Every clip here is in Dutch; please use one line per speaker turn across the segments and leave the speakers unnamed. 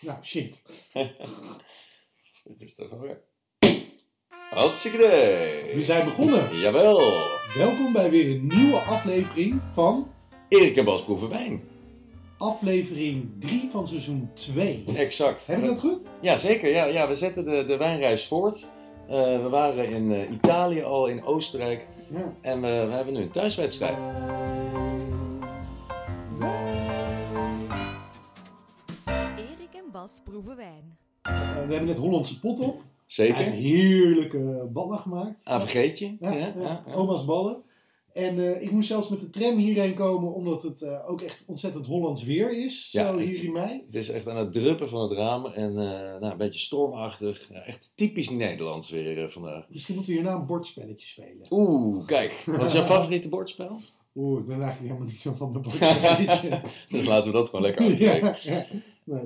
Nou, shit.
Het is toch hoor. Hartstikke idee.
We zijn begonnen.
Jawel.
Welkom bij weer een nieuwe aflevering van
Erik en Bas proeven wijn.
aflevering 3 van seizoen 2.
Exact.
Heb ik dat goed?
Ja, zeker. Ja, ja, we zetten de, de wijnreis voort. Eh, we waren in eh, Italië al, in Oostenrijk.
Ja.
En eh, we hebben nu een thuiswedstrijd.
Erik en Bas proeven wijn.
Eh, we hebben net Hollandse pot op. Een
Zeker. Ah,
heerlijke ballen gemaakt.
AVG'tje.
Ja, ja, Oma's ballen. En eh, ik moest zelfs met de tram hierheen komen, omdat het eh, ook echt ontzettend Hollands weer is.
Ja,
zo
het-
hier in mei.
Het is echt aan het druppen van het raam en eh, nou, een beetje stormachtig. Ja, echt typisch Nederlands weer eh, vandaag.
Misschien moeten we hierna een bordspelletje spelen.
Oeh, kijk. Wat is jouw favoriete bordspel?
Oeh, ik ben eigenlijk helemaal niet zo van de bordspelletje.
Dus laten we dat gewoon lekker uitkijken.
ja. Nee.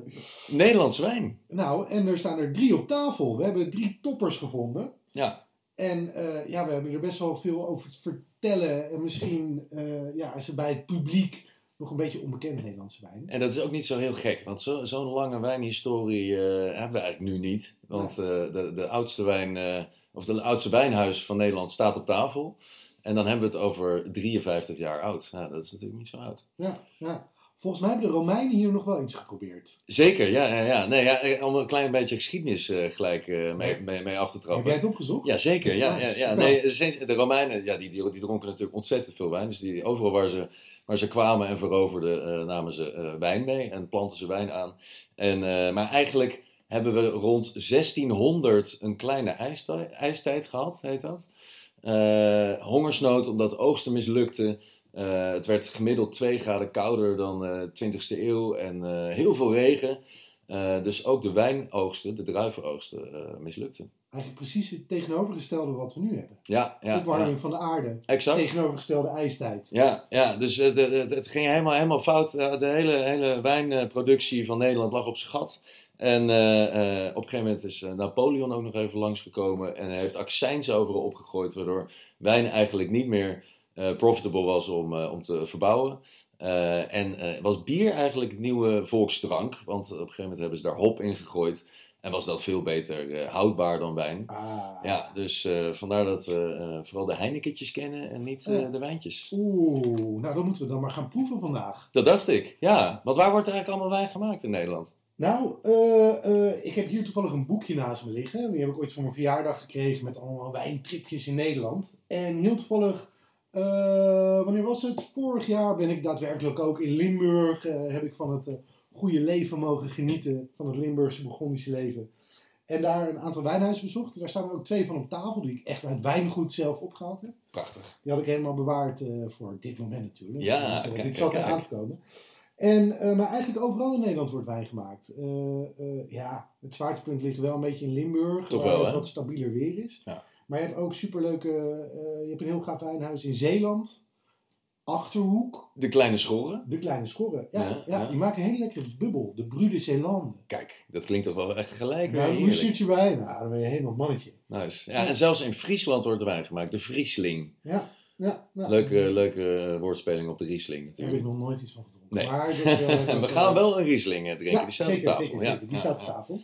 Nederlands wijn.
Nou, en er staan er drie op tafel. We hebben drie toppers gevonden.
Ja.
En eh, ja, we hebben er best wel veel over te vertellen. En misschien eh, ja, is er bij het publiek nog een beetje onbekend Nederlandse wijn.
En dat is ook niet zo heel gek, want zo- zo'n lange wijnhistorie eh, hebben we eigenlijk nu niet. Want eh, de, de oudste wijn, eh, of de oudste wijnhuis van Nederland staat op tafel. En dan hebben we het over 53 jaar oud. Nou, dat is natuurlijk niet zo oud.
Ja, ja. Volgens mij hebben de Romeinen hier nog wel iets geprobeerd.
Zeker, ja, ja, ja. Nee, ja. eh, Om een klein beetje geschiedenis eh, gelijk eh, mee, mee, mee af te
Heb jij
trappen.
het opgezocht?
Ja, zeker. Ja, ja,
Nice.
ja. Nee, sinds- de Romeinen ja, die, die, die dronken natuurlijk ontzettend veel wijn. Dus die, overal waar ze, waar ze kwamen en veroverden, eh, namen ze eh, wijn mee en planten ze wijn aan. En, eh, maar eigenlijk hebben we rond 1600 een kleine ijstijd, ijstijd gehad, heet dat. Eh, hongersnood, omdat de oogsten mislukten. Eh, het werd gemiddeld 2 graden kouder dan de 20e eeuw en eh, heel veel regen. Eh, dus ook de wijnoogsten, de druivenoogsten, eh, mislukten.
Eigenlijk precies het tegenovergestelde wat we nu hebben.
Ja, ja, ja.
Opwarming van de aarde.
exact.
Tegenovergestelde ijstijd.
Ja, ja dus eh, de- de- het- het ging helemaal, helemaal fout. Eh, De hele, hele wijnproductie van Nederland lag op zijn gat. En eh, eh, op een gegeven moment is eh, Napoleon ook nog even langsgekomen en heeft accijns overal opgegooid, waardoor wijn eigenlijk niet meer eh, profitable was om, eh, om te verbouwen. Eh, en eh, was bier eigenlijk het nieuwe volksdrank, want op een gegeven moment hebben ze daar hop in gegooid en was dat veel beter eh, houdbaar dan wijn.
Ah.
Ja, dus eh, vandaar dat we eh, vooral de Heinekentjes kennen en niet eh,
Ja.
de wijntjes.
Oeh, nou dat moeten we dan maar gaan proeven vandaag.
Dat dacht ik, ja. Want waar wordt er eigenlijk allemaal wijn gemaakt in Nederland?
Nou, eh, eh, ik heb hier toevallig een boekje naast me liggen. Die heb ik ooit voor mijn verjaardag gekregen met allemaal wijntripjes in Nederland. En heel toevallig, eh, wanneer was het? Vorig jaar ben ik daadwerkelijk ook in Limburg. eh, heb ik van het eh, goede leven mogen genieten. Van het Limburgse Burgondische leven. En daar een aantal wijnhuizen bezocht. Daar staan er ook twee van op tafel die ik echt uit wijngoed zelf opgehaald heb.
Prachtig.
Die had ik helemaal bewaard eh, voor dit moment natuurlijk.
Ja,
Want, eh,
kijk,
dit zat
kijk,
eraan te komen. En, eh, maar eigenlijk overal in Nederland wordt wijn gemaakt. Eh, eh, ja, het zwaartepunt ligt wel een beetje in Limburg,
Toch
waar
wel,
het
hè?
wat stabieler weer is.
Ja.
Maar je hebt ook superleuke, eh, je hebt een heel gaaf wijnhuis in Zeeland. Achterhoek,
De kleine schoren.
de kleine schorren. Ja,
Ja,
ja,
ja.
die maken een hele lekkere bubbel, de Bru de Zeelanden.
Kijk, dat klinkt toch wel echt gelijk. hè?
Nou, hoe
Heerlijk.
zit je bij? Nou, dan ben je helemaal mannetje.
Nice. Ja, en zelfs in Friesland wordt wijn gemaakt. De Friesling.
Ja, ja. Nou,
Leuke, leuke eh, woordspeling op de Riesling
Daar heb ik
natuurlijk.
nog nooit iets van gedronken.
Nee.
Maar dat, eh,
En we
dat,
gaan
eh,
wel een Riesling eh, drinken. die staat
zeker,
op tafel.
zeker,
Ja,
zeker. Die
ja,
staat op
ja.
tafel.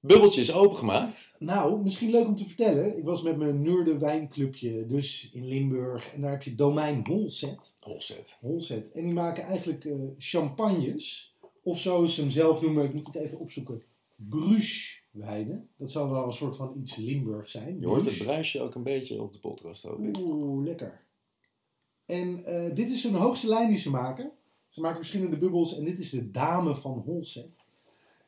Bubbeltje is opengemaakt.
Nou, misschien leuk om te vertellen. Ik was met mijn Neurde Wijnclubje, dus in Limburg. En daar heb je domein Holzet.
Holzet.
Holzet. En die maken eigenlijk eh, champagnes. Of zoals ze hem zelf noemen, ik moet het even opzoeken. Bruchwijnen. Dat zal wel een soort van iets Limburg zijn.
Je hoort het
Bruges.
bruisje ook een beetje op de podcast. hoop ik.
Oeh, lekker. En eh, dit is hun hoogste lijn die ze maken. Ze maken verschillende bubbels en dit is de dame van Holzet.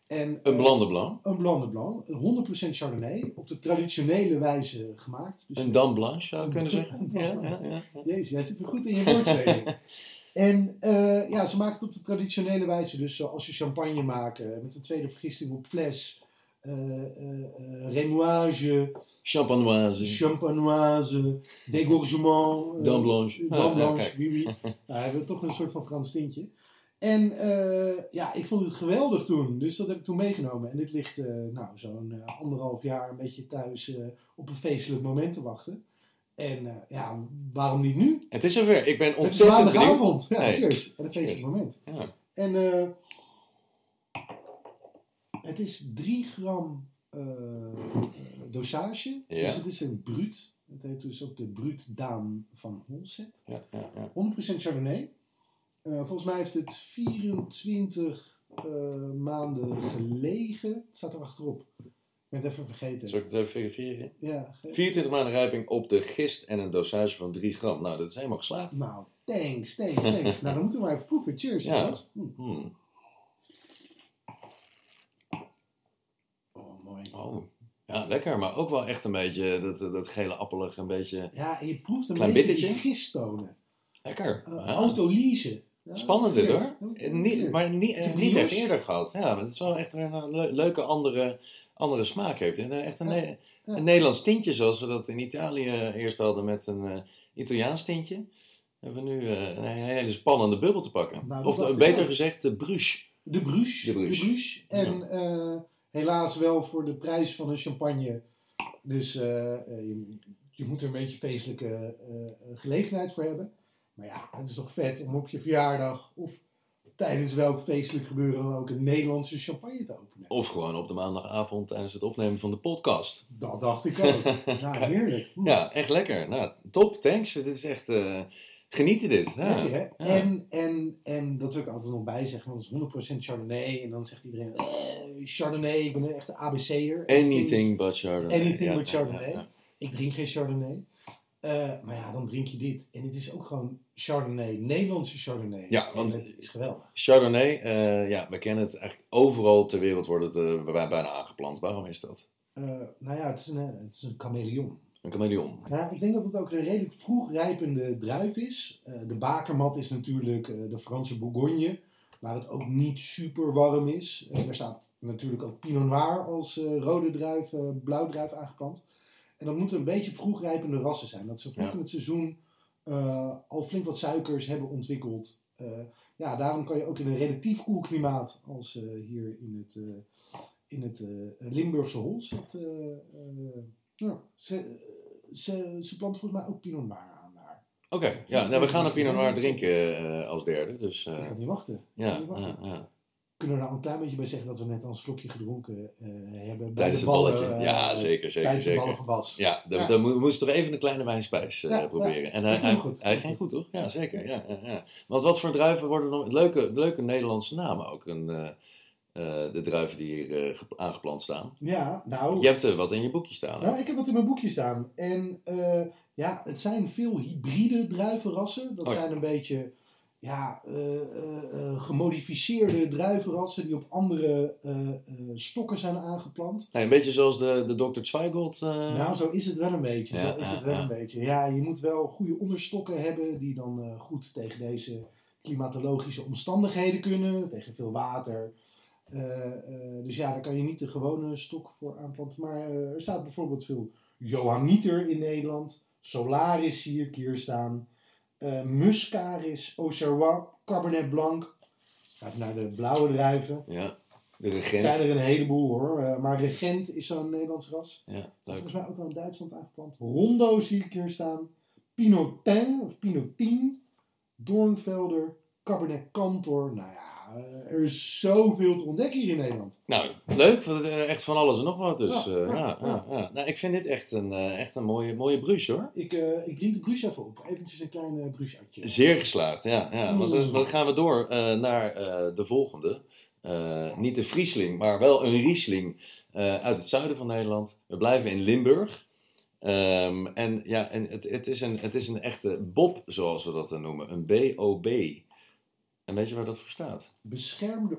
En,
Een
eh,
Blanc de Blanc.
Een blanc de blanc, een 100% chardonnay, op de traditionele wijze gemaakt. Dus,
Een Dame Blanche zou
Een-
ik kunnen zeggen. Ja, ja, ja.
Jezus, jij zit er goed in je woordspeling. en eh, ja, ze maken het op de traditionele wijze, dus zoals je champagne maakt, eh, met een tweede vergisting op fles, eh eh, eh, remouage,
Champanoise.
champanoise, dégorgement. eh,
Dame Blanche. Ah,
Dan
Ja, ja,
Blanche,
Oh, kijk.
wie wie. Nou, hebben we toch een soort van Frans tintje. En eh, ja, ik vond het geweldig toen. Dus dat heb ik toen meegenomen. En dit ligt eh, nou, zo'n eh, anderhalf jaar een beetje thuis eh, op een feestelijk moment te wachten. En eh, ja, waarom niet nu?
Het is zover. Ik ben
Het is
ontzettend benieuwd.
maandagavond. Ja,
Nee.
cheers. En een feestelijk moment.
Ja.
En eh, Het is 3 gram eh, dosage.
Ja.
Dus het is een bruut. Het heet dus ook de bruut Daan van Holset.
Ja, ja, ja.
100% Chardonnay. Eh, volgens mij heeft het 24 eh, maanden gelegen. Het staat er achterop. Ik ben het even vergeten.
Zal ik het even verifiëren?
Ja, ge-
24 maanden rijping op de gist en een dosage van 3 gram. Nou, dat is helemaal geslaagd.
Nou, thanks, thanks, thanks. nou, dan moeten we maar even proeven. Cheers,
Ja.
jongens. Hm.
Hmm.
Oh, mooi.
Oh, ja, lekker. Maar ook wel echt een beetje dat, dat gele appelige, een beetje
Ja, en je proeft een
Klein
beetje die
bittertje.
gisttonen.
lekker.
Eh,
Ja.
Autolyse. Ja,
Spannend dit
vet.
hoor.
Ja,
Eh, Niet,
vet.
maar niet, eh,
Die
niet echt
brioche.
eerder gehad. Ja, maar het is wel echt weer een le- leuke andere, andere smaak heeft. En eh, echt een,
Ja,
ne-
Oh, ja.
een Nederlands tintje zoals we dat in Italië eerst hadden met een eh, Italiaans tintje. Hebben we nu eh, een hele spannende bubbel te pakken.
Nou, dat
of
dacht
de-
ik
beter
ook.
gezegd de bruche.
De Bruges.
De
De
Bruges.
Bruges. En eh, helaas wel voor de prijs van een champagne. Dus eh, eh, je, je moet er een beetje feestelijke eh, gelegenheid voor hebben. Maar ja, het is toch vet om op je verjaardag of tijdens welk feestelijk gebeuren dan ook een Nederlandse champagne te openen.
Of gewoon op de maandagavond tijdens het opnemen van de podcast.
Dat dacht ik ook. Ja, heerlijk. Hm,
Ja, echt lekker. Nou, top, thanks. Het is echt... eh, genieten dit. Ja.
Lekker, hè? En, en, en dat wil ik altijd nog bij zeggen, want het is 100% Chardonnay. En dan zegt iedereen, eh, Chardonnay, ik ben een echte ABC'er.
Anything but Chardonnay.
Anything
Ja,
but
ja, ja,
Chardonnay.
ja.
Ik drink geen Chardonnay. Eh, maar ja, dan drink je dit. En het is ook gewoon Chardonnay, Nederlandse Chardonnay.
Ja,
En
want-
het is geweldig.
Chardonnay, eh, ja, we kennen het eigenlijk overal ter wereld wordt het eh, bij- bijna aangeplant. Waarom is dat?
Eh, nou ja, het is een, eh, het is een chameleon.
Een chameleon.
Ja, ik denk dat het ook een redelijk vroeg rijpende druif is. Eh, de bakermat is natuurlijk eh, de Franse Bourgogne, waar het ook niet super warm is. Eh, daar staat natuurlijk ook Pinot Noir als eh, rode druif, eh blauwdruif aangeplant. En dat moeten een beetje vroeg rijpende rassen zijn. Dat ze vroeg
Ja.
in het seizoen eh, al flink wat suikers hebben ontwikkeld. Eh, ja, daarom kan je ook in een relatief koel klimaat als eh, hier in het, eh, in het eh, Limburgse Hols. Dat, eh, eh, ja, ze, ze, ze plant volgens mij ook Pinot Noir aan daar.
Oké, ja, nou, we gaan een Pinot Noir drinken eh, als derde. Dus eh,
Ik kan niet wachten.
ja,
Ik kan niet
ja,
wachten.
ja.
Kunnen we daar een klein beetje bij zeggen dat we net al een slokje gedronken eh, hebben? bij
tijdens
de
het
ballen,
balletje.
eh,
ja, zeker, zeker,
Tijdens de ballen
zeker.
van Bas.
Ja, dan,
Ja.
dan mo- moesten we even een kleine wijnspijs eh,
Ja, ja.
proberen. En hij,
Dat ging
hij,
goed.
hij ging goed, toch? Ja, zeker. Ja, ja, ja. Want wat voor druiven worden nog... Leuke, leuke Nederlandse namen ook. Een, eh, eh, de druiven die hier eh, gep- aangeplant staan.
Ja, nou,
Je hebt er wat in je boekje staan. hè?
nou, ik heb wat in mijn boekje staan. En eh, ja, het zijn veel hybride druivenrassen. Dat
Oh ja.
zijn een beetje ja, eh, eh, eh, gemodificeerde druivenrassen die op andere eh, eh, stokken zijn aangeplant.
Nee, een beetje zoals de, de Dr. Zweigold. eh,
Nou, zo is het wel een beetje.
Ja,
zo is
ja,
het wel
ja.
een beetje. Ja, je moet wel goede onderstokken hebben die dan eh, goed tegen deze klimatologische omstandigheden kunnen, tegen veel water. Eh, eh, dus ja, daar kan je niet de gewone stok voor aanplanten. Maar eh, er staat bijvoorbeeld veel Johanniter in Nederland. Solaris zie ik hier staan. eh, Muscaris, Auxerrois, Cabernet Blanc. Gaat naar de blauwe druiven.
Ja, de regent.
Er zijn er een heleboel hoor. Eh, maar Regent is zo'n Nederlands ras.
Ja,
Dat is
leuk.
volgens mij ook wel in Duitsland aangeplant. Rondo zie ik hier staan. Pinotin of Pinotin. Doornvelder. Cabernet Cantor. Nou ja, eh, er is zoveel te ontdekken hier in Nederland.
Nou, leuk. want het, eh, Echt van alles en nog wat. Dus
Ja,
eh, ja,
ja,
ja, ja, Nou, ik vind dit echt een, eh, echt een mooie, mooie bruche hoor.
Ik, eh, ik drink de bruce even op. Eventjes een klein eh bruce uitje.
Zeer geslaagd, ja. ja. Want eh,
Mm.
dan gaan we door eh, naar eh, de volgende. Eh, niet de Friesling, maar wel een Riesling eh, uit het zuiden van Nederland. We blijven in Limburg. Ehm, en ja, en het, het, is een, het is een echte bob, zoals we dat dan noemen. Een BOB. En weet je waar dat voor staat?
Beschermde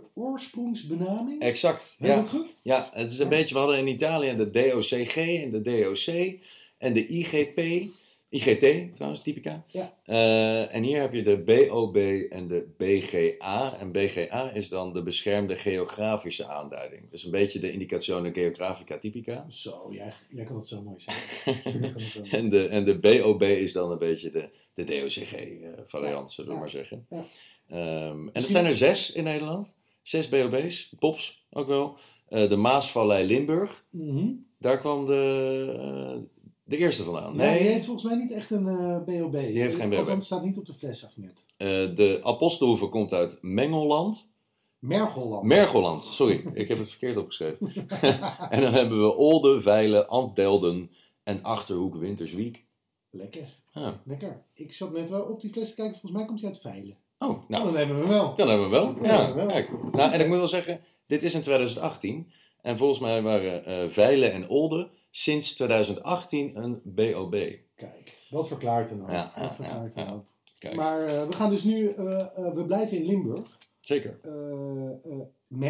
oorsprongsbenaming. Heb
Exact.
je
Eh, ja.
dat goed?
Ja, het is een beetje, we hadden in Italië de DOCG en de DOC en de IGP, IGT trouwens, typica.
Ja.
Eh, en hier heb je de BOB en de BGA. En BGA is dan de beschermde geografische aanduiding. Dus een beetje de Indicazione Geografica Typica.
Zo, jij, jij kan dat zo mooi zeggen. Jij kan dat zo mooi zeggen.
En de, en de BOB is dan een beetje de, de DOCG-variant, eh, zullen we
ja,
maar zeggen.
ja.
Ehm, en het
Misschien-
zijn er zes in Nederland. Zes BOB's, BOBs ook wel. Eh, de Maasvallei Limburg.
Mhm.
Daar kwam de, eh, de eerste vandaan.
Nee,
Nee,
die heeft volgens mij niet echt een eh, BOB. Die
heeft geen BOB.
Althans, staat niet op de fles, zag ik net.
eh, de Apostelhoeve komt uit Mengelland.
Mergelland.
Mergeland, sorry, ik heb het verkeerd opgeschreven. en dan hebben we Olde, Veilen, Antdelden en Achterhoek Winterswiek.
Lekker.
Ah.
Lekker. Ik zat net wel op die fles te kijken. Volgens mij komt hij uit Veilen.
Oh,
Nou,
nou,
dan hebben we hem wel.
dan hebben we hem wel.
Ja,
Ja,
wel.
kijk. Nou, en ik moet wel zeggen, dit is in 2018. En volgens mij waren eh Veilen en Olde sinds 2018 een BOB.
Kijk, dat verklaart een hoop.
Ja,
dat
ja,
verklaart
ja,
een hoop.
Kijk,
Maar eh, we gaan dus nu, eh, eh, we blijven in Limburg.
zeker.
Eh, eh,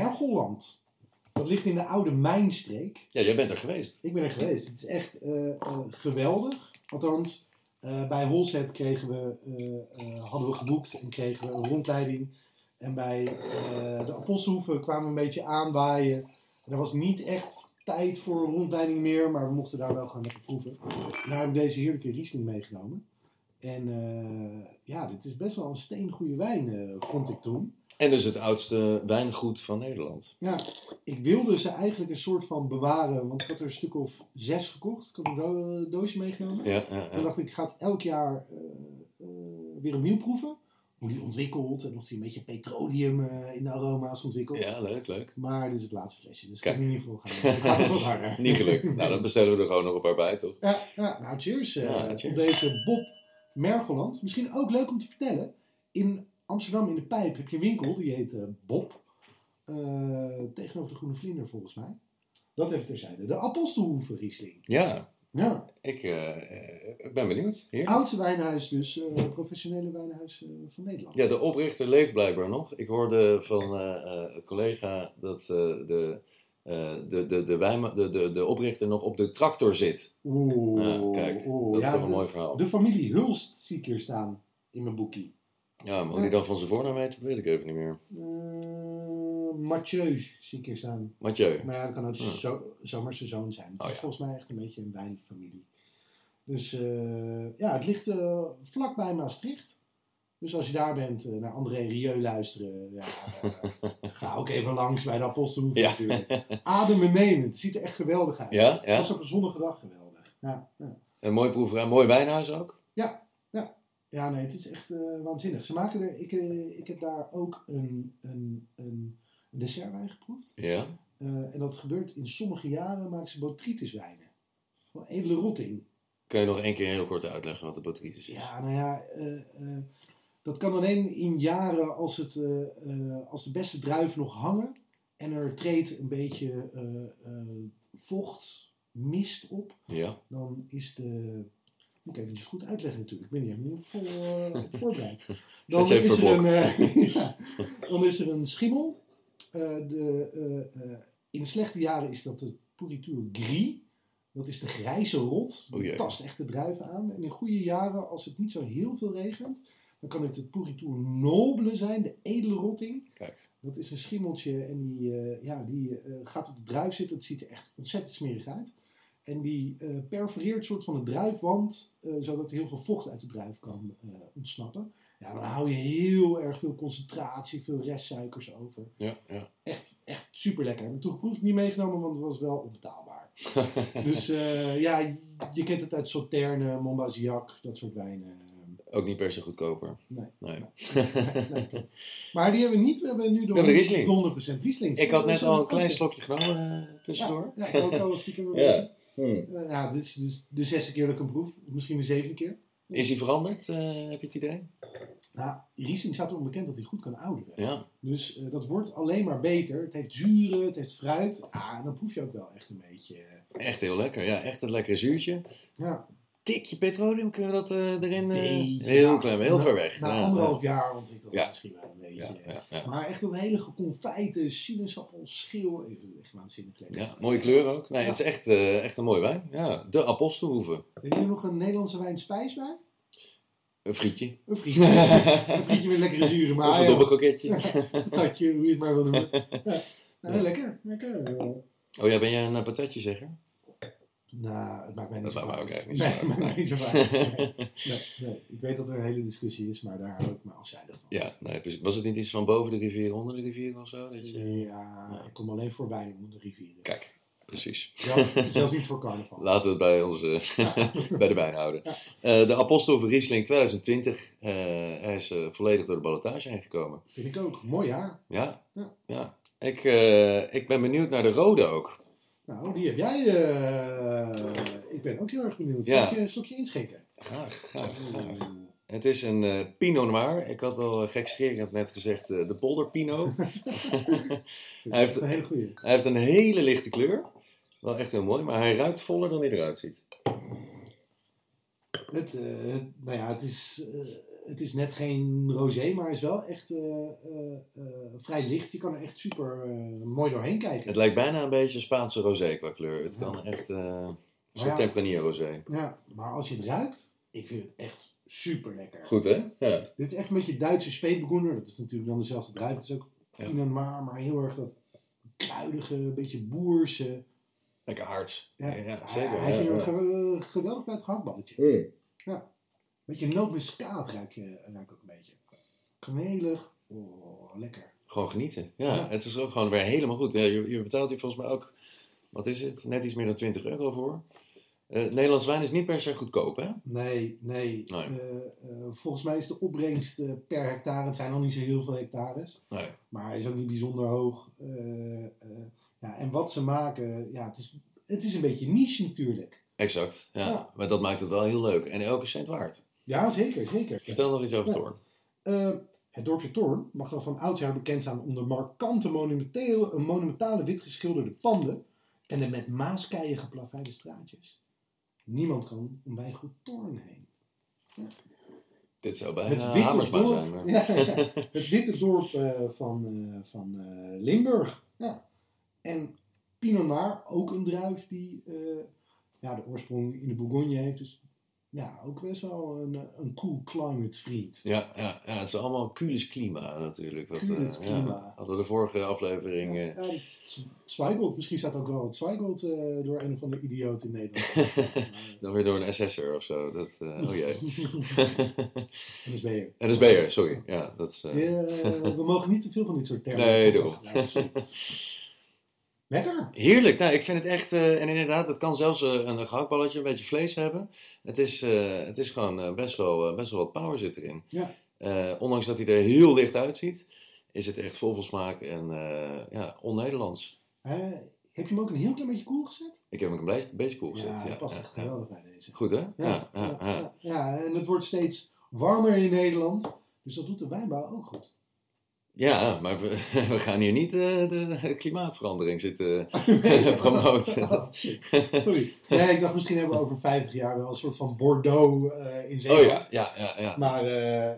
Mergelland. Dat ligt in de oude mijnstreek.
Ja, jij bent er geweest.
Ik ben er geweest. Het is echt eh, eh, geweldig. Althans, eh, bij Holzet kregen we, eh, eh, hadden we geboekt en kregen we een rondleiding. En bij eh, de Apostelhoeven kwamen we een beetje aanwaaien. En er was niet echt tijd voor een rondleiding meer, maar we mochten daar wel gaan lekker proeven. En daar heb ik deze heerlijke Riesling meegenomen. En eh, ja, dit is best wel een steengoede wijn, eh, vond ik toen.
En dus het oudste wijngoed van Nederland.
Ja, ik wilde ze eigenlijk een soort van bewaren, want ik had er een stuk of zes gekocht. Ik had een do- doosje meegenomen.
Ja, ja,
Toen
ja.
dacht ik, ik ga het elk jaar eh, eh, weer opnieuw proeven. Hoe die ontwikkelt en of die een beetje petroleum eh, in de aroma's ontwikkelt.
ja leuk, leuk.
Maar dit is het laatste flesje, dus
Kijk.
ik kan in ieder geval gaan. Ik ga het wel harder.
Niet gelukt. Nou, dan bestellen we er gewoon nog een paar bij, toch?
Ja, ja, nou cheers, eh,
Ja, cheers.
op deze Bob Mergeland. Misschien ook leuk om te vertellen. In Amsterdam in de Pijp heb je een winkel, die heet eh, Bob. Eh, tegenover de Groene Vlinder volgens mij. Dat even terzijde. De Apostelhoeve Riesling.
Ja,
Ja,
ik eh, eh, ben benieuwd. Hier.
oudste wijnhuis dus. eh, professionele wijnhuis eh, van Nederland.
Ja, de oprichter leeft blijkbaar nog. Ik hoorde van eh, eh, een collega dat eh, de, eh, de, de, de, wijnma- de, de, de oprichter nog op de tractor zit.
Oeh,
Ja, Ah, kijk,
oeh,
Dat is
Oh, ja,
toch een
de,
mooi verhaal.
de familie Hulst zie ik hier staan in mijn boekie.
Ja, maar hoe die dan van zijn voornaam heet, dat weet ik even niet meer.
Eh Mathieu zie ik hier staan.
Mathieu.
Maar ja, dat kan ook
Ja.
zo, zomaar zijn zoon zijn. Het
Oh,
is
ja.
volgens mij echt een beetje een wijnfamilie. Dus eh, ja, het ligt eh, vlakbij Maastricht. Dus als je daar bent, eh, naar André Rieu luisteren. Ja, eh, ga ook even langs bij de Apostelhoek
Ja.
natuurlijk. Ademenemend. Het ziet er echt geweldig uit.
Ja,
Het
ja.
was op een zonnige dag geweldig. Ja, ja.
Een mooi proeverij, een mooi wijnhuis ook.
Ja, nee, het is echt eh, waanzinnig. Ze maken er, ik, eh, ik heb daar ook een, een, een dessertwijn geproefd.
Ja.
Eh, en dat gebeurt in sommige jaren, maken ze botrytiswijnen. Van edele rotting.
Kun je nog één keer heel kort uitleggen wat de botrytis is?
Ja, nou ja, eh, eh, dat kan alleen in jaren als, het, eh, eh, als de beste druiven nog hangen. En er treedt een beetje eh, eh, vocht, mist op.
Ja.
dan is de. Moet ik even goed uitleggen natuurlijk. Ik ben hier helemaal niet voor, eh, op voorbereid. Dan
je even
is, er
voor
een, eh, ja, dan is er een schimmel. Eh, de, eh, eh, in slechte jaren is dat de Puritur gris. Dat is de grijze rot.
O Oh jee.
Die tast echt de druiven aan. En in goede jaren, als het niet zo heel veel regent, dan kan het de Puritur nobele zijn, de edele rotting.
Kijk.
Dat is een schimmeltje en die, eh, ja, die eh, gaat op de druif zitten. Het ziet er echt ontzettend smerig uit. En die eh, perforeert soort van de druifwand, eh, zodat er heel veel vocht uit de druif kan eh, ontsnappen. Ja, dan hou je heel erg veel concentratie, veel restsuikers over.
Ja, ja.
Echt, echt super lekker. Heb ik toen geproefd, niet meegenomen, want het was wel onbetaalbaar. dus eh, ja, je kent het uit Sauterne, Montbazillac, dat soort wijnen.
Ook niet per se goedkoper.
Nee.
nee.
Nee, klopt. maar die hebben we niet. We hebben nu de
We hebben Riesling.
100% Riesling.
Ik had
Dat
net
is
al een klein
concept.
slokje genomen eh, tussendoor.
Ja, ja, ik ook al stiekem een
Ja.
beetje.
Hmm.
Eh, ja, dit is dus de zesde keer dat ik hem proef. Misschien de zevende keer.
Is hij veranderd? eh, heb je het idee?
Nou, Riesling staat erom bekend dat hij goed kan ouderen.
Ja.
Dus eh, dat wordt alleen maar beter. Het heeft zuren, het heeft fruit. Ah, en dan proef je ook wel echt een beetje. eh,
Echt heel lekker. Ja, echt een lekkere zuurtje.
ja,
Tikje petroleum, kunnen we dat eh, erin? eh,
Beetje.
heel klein, heel
Nou, na-
ver weg.
Na
Ja,
anderhalf jaar ontwikkelt het
Ja.
misschien wel een beetje. eh.
Ja, ja, ja.
Maar echt dat hele geconfijte sinaasappel, schil. Even echt waanzinnig lekker.
Ja, mooie kleur ook. Nee, Het is echt, eh, echt een mooi wijn. Ja, de apostelhoeve.
Hebben jullie nog een Nederlandse wijn spijs bij?
Een frietje.
Een frietje. een frietje met lekkere zuren. Maar
of een
ja,
dobbelkroketje.
een patatje, hoe je het maar wil noemen. Ja. Nou, lekker. lekker. Eh,
Oh ja, ben jij een eh, patatje zeggen?
Nou, het maakt mij niet
Dat
zo
maakt
uit.
mij ook
Nee, het maakt mij niet
eigenlijk
zo uit. Nee, nee. Ik weet dat er een hele discussie is, maar daar hou ik me afzijdig van.
Ja, nee, precies. Was het niet iets van boven de rivier, onder de rivier of zo? Dat eh, je...
Ja, ik kom alleen voor wijn onder de rivieren.
Kijk, precies.
Zelfs, zelfs niet voor carnaval.
Laten we het bij, onze, bij de wijn houden. Eh, de Apostel van Riesling 2020, eh, hij is eh, volledig door de ballotage heen gekomen.
Vind ik ook. Mooi jaar.
Ja,
Ja.
ja. Ik, eh, ik ben benieuwd naar de rode ook.
Nou, die heb jij. eh, ik ben ook heel erg benieuwd.
Ja.
Zal ik je een slokje inschenken? Eh,
Graag, graag, graag. Het is een eh, Pinot Noir. Ik had al eh, gekscherend net gezegd eh, de Polder Pinot.
Hij
heeft-
heeft een hele goede.
hij heeft een hele lichte kleur. Wel echt heel mooi, maar hij ruikt voller dan hij eruit ziet.
Het, eh, nou ja, het is, eh, het is net geen rosé, maar is wel echt eh, eh, eh, vrij licht. Je kan er echt super eh, mooi doorheen kijken.
Het lijkt bijna een beetje Spaanse rosé qua kleur. Het kan echt eh, een soort
Ja.
Tempranillo rosé.
Ja, maar als je het ruikt, ik vind het echt super lekker.
Goed hè? Ja.
Dit is echt een beetje Duitse speetbegoener. Dat is natuurlijk dan dezelfde druif. Het is ook
Ja.
Pinot Noir, maar heel erg dat kruidige, een beetje boerse.
Lekker aards.
Ja,
zeker.
Hij heeft
ja,
hier
ja.
een ge- geweldig bij het gehaktballetje.
Hmm.
Beetje nootmuskaat ruik je ruik ook een beetje. Kanelig. Oh, lekker.
Gewoon genieten. Ja,
Ja.
het is ook gewoon weer helemaal goed. Ja, je, je betaalt hier volgens mij ook, wat is het, net iets meer dan 20 euro voor. Eh Nederlands wijn is niet per se goedkoop hè?
Nee, nee.
Nee.
Eh, eh, volgens mij is de opbrengst eh, per hectare, het zijn al niet zo heel veel hectares,
Nee.
maar is ook niet bijzonder hoog. Eh, eh, ja, en wat ze maken, ja, het, is, het is een beetje niche natuurlijk.
Exact. Ja.
Ja.
Maar dat maakt het wel heel leuk. En elke cent waard.
Ja, zeker, zeker.
Vertel nog iets over
Ja.
Thorn.
Eh, het dorpje Torn mag wel van oudsher bekend staan om de markante monumentele, eh, monumentale wit geschilderde panden en de met maaskeien geplaveide straatjes. Niemand kan om bij goed Torn heen.
Dit
Het
zou bijna
witte
Hamersma
dorp,
zijn. Maar...
Ja, ja, ja. Het witte dorp eh, van, eh, van eh, Limburg. Ja. En Pinot Noir, ook een druif die eh, ja, de oorsprong in de Bourgogne heeft. Dus ja, ook best wel een, eh, een cool climate vriend.
Ja, ja, ja, het is allemaal culis klima natuurlijk. Wat, eh,
Culis
ja,
klima.
hadden we de vorige aflevering. eh,
Ja, die Z- Zweigold, misschien staat ook wel het Zweigold eh, door een of andere idioot in Nederland.
eh, dan weer door een SS'er of zo. Dat, eh, oh jee.
NSB'er.
NSB'er, sorry. Ja, dat is, eh,
Eh, we mogen niet te veel van dit soort termen.
Nee, daarom.
Ja, sorry. Lekker!
Heerlijk. Nou, ik vind het echt... eh, en inderdaad, het kan zelfs eh, een gehaktballetje, een beetje vlees hebben. Het is, eh, het is gewoon eh, best, wel, eh, best wel wat power zit erin.
Ja.
Eh, ondanks dat hij er heel licht uitziet, is het echt vol van smaak en eh, ja, on-Nederlands.
Eh, heb je hem ook een heel klein beetje koel gezet?
Ik heb hem een blij- beetje cool gezet.
ja,
Ja,
dat past
ja,
echt
ja.
geweldig bij deze.
Goed hè? Ja, ja,
ja,
ja.
ja. Ja, en het wordt steeds warmer in Nederland. Dus dat doet de wijnbouw ook goed.
Ja, maar we, we gaan hier niet eh, de klimaatverandering zitten promoten.
Oh, shit. Sorry. Nee, ik dacht misschien hebben we over 50 jaar wel een soort van Bordeaux eh in
Oh
Zeeland.
ja, ja, ja, ja.
Maar eh, eh,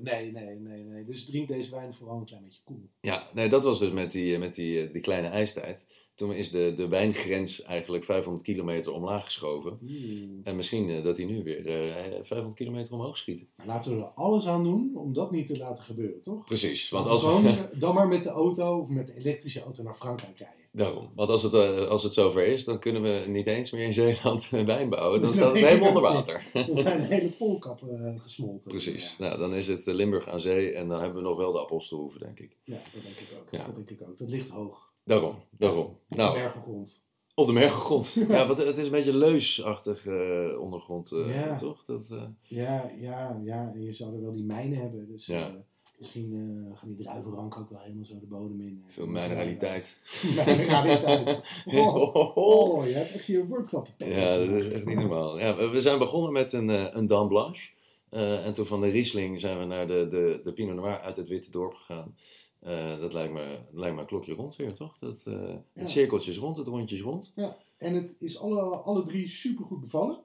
nee, nee, nee, nee. Dus drink deze wijn vooral een klein beetje koel.
Ja, nee, dat was dus met die, eh, met die, eh, die kleine ijstijd. Toen is de, de wijngrens eigenlijk 500 kilometer omlaag geschoven.
Mm.
En misschien eh, dat hij nu weer eh, 500 kilometer omhoog schiet.
Maar laten we er alles aan doen om dat niet te laten gebeuren, toch?
Precies, want als
Gewoon,
we...
eh, dan maar met de auto of met de elektrische auto naar Frankrijk rijden.
Daarom. Want als het, eh, als het zover is, dan kunnen we niet eens meer in Zeeland wijn bouwen. Dan
Nee,
staat het helemaal
dat
onder
niet.
water.
Dan zijn hele polkappen eh, gesmolten.
Precies.
Ja,
Nou, dan is het eh, Limburg aan zee en dan hebben we nog wel de apostelhoeven, denk ik.
Ja, dat denk ik ook.
Ja.
Dat denk ik ook. Dat ligt hoog.
Daarom, daarom.
Nou.
Nou,
Bergengrond.
op de mergelgrond. Ja, want het is een beetje leusachtig eh, ondergrond, eh,
Ja.
toch? Dat, eh,
Ja, ja, ja. En je zou er wel die mijnen hebben. Dus
Ja.
eh, misschien eh, gaan die druivenranken ook wel helemaal zo de bodem in.
veel mineraliteit.
Mijneraliteit. Oh, oh, je hebt echt je woordgrappen.
Ja, dat is echt niet normaal. Ja, we we zijn begonnen met een, eh, een Dame Blanche. Eh, en toen van de Riesling zijn we naar de, de, de Pinot Noir uit het Witte Dorp gegaan. Eh, dat lijkt me, dat lijkt me een klokje rond weer, toch? Dat, eh,
Ja.
Het cirkeltje is rond, het rondje is rond.
En het is alle, alle drie supergoed bevallen.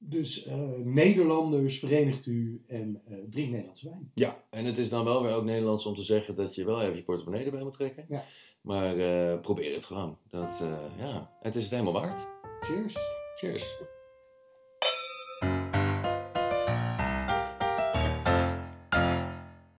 Dus eh, Nederlanders, verenigt u en eh drink Nederlandse wijn.
Ja. En het is dan wel weer ook Nederlands om te zeggen dat je wel even je portemonnee erbij moet trekken.
Ja.
Maar eh, probeer het gewoon. Dat, eh, ja, het is het helemaal waard.
Cheers.
Cheers.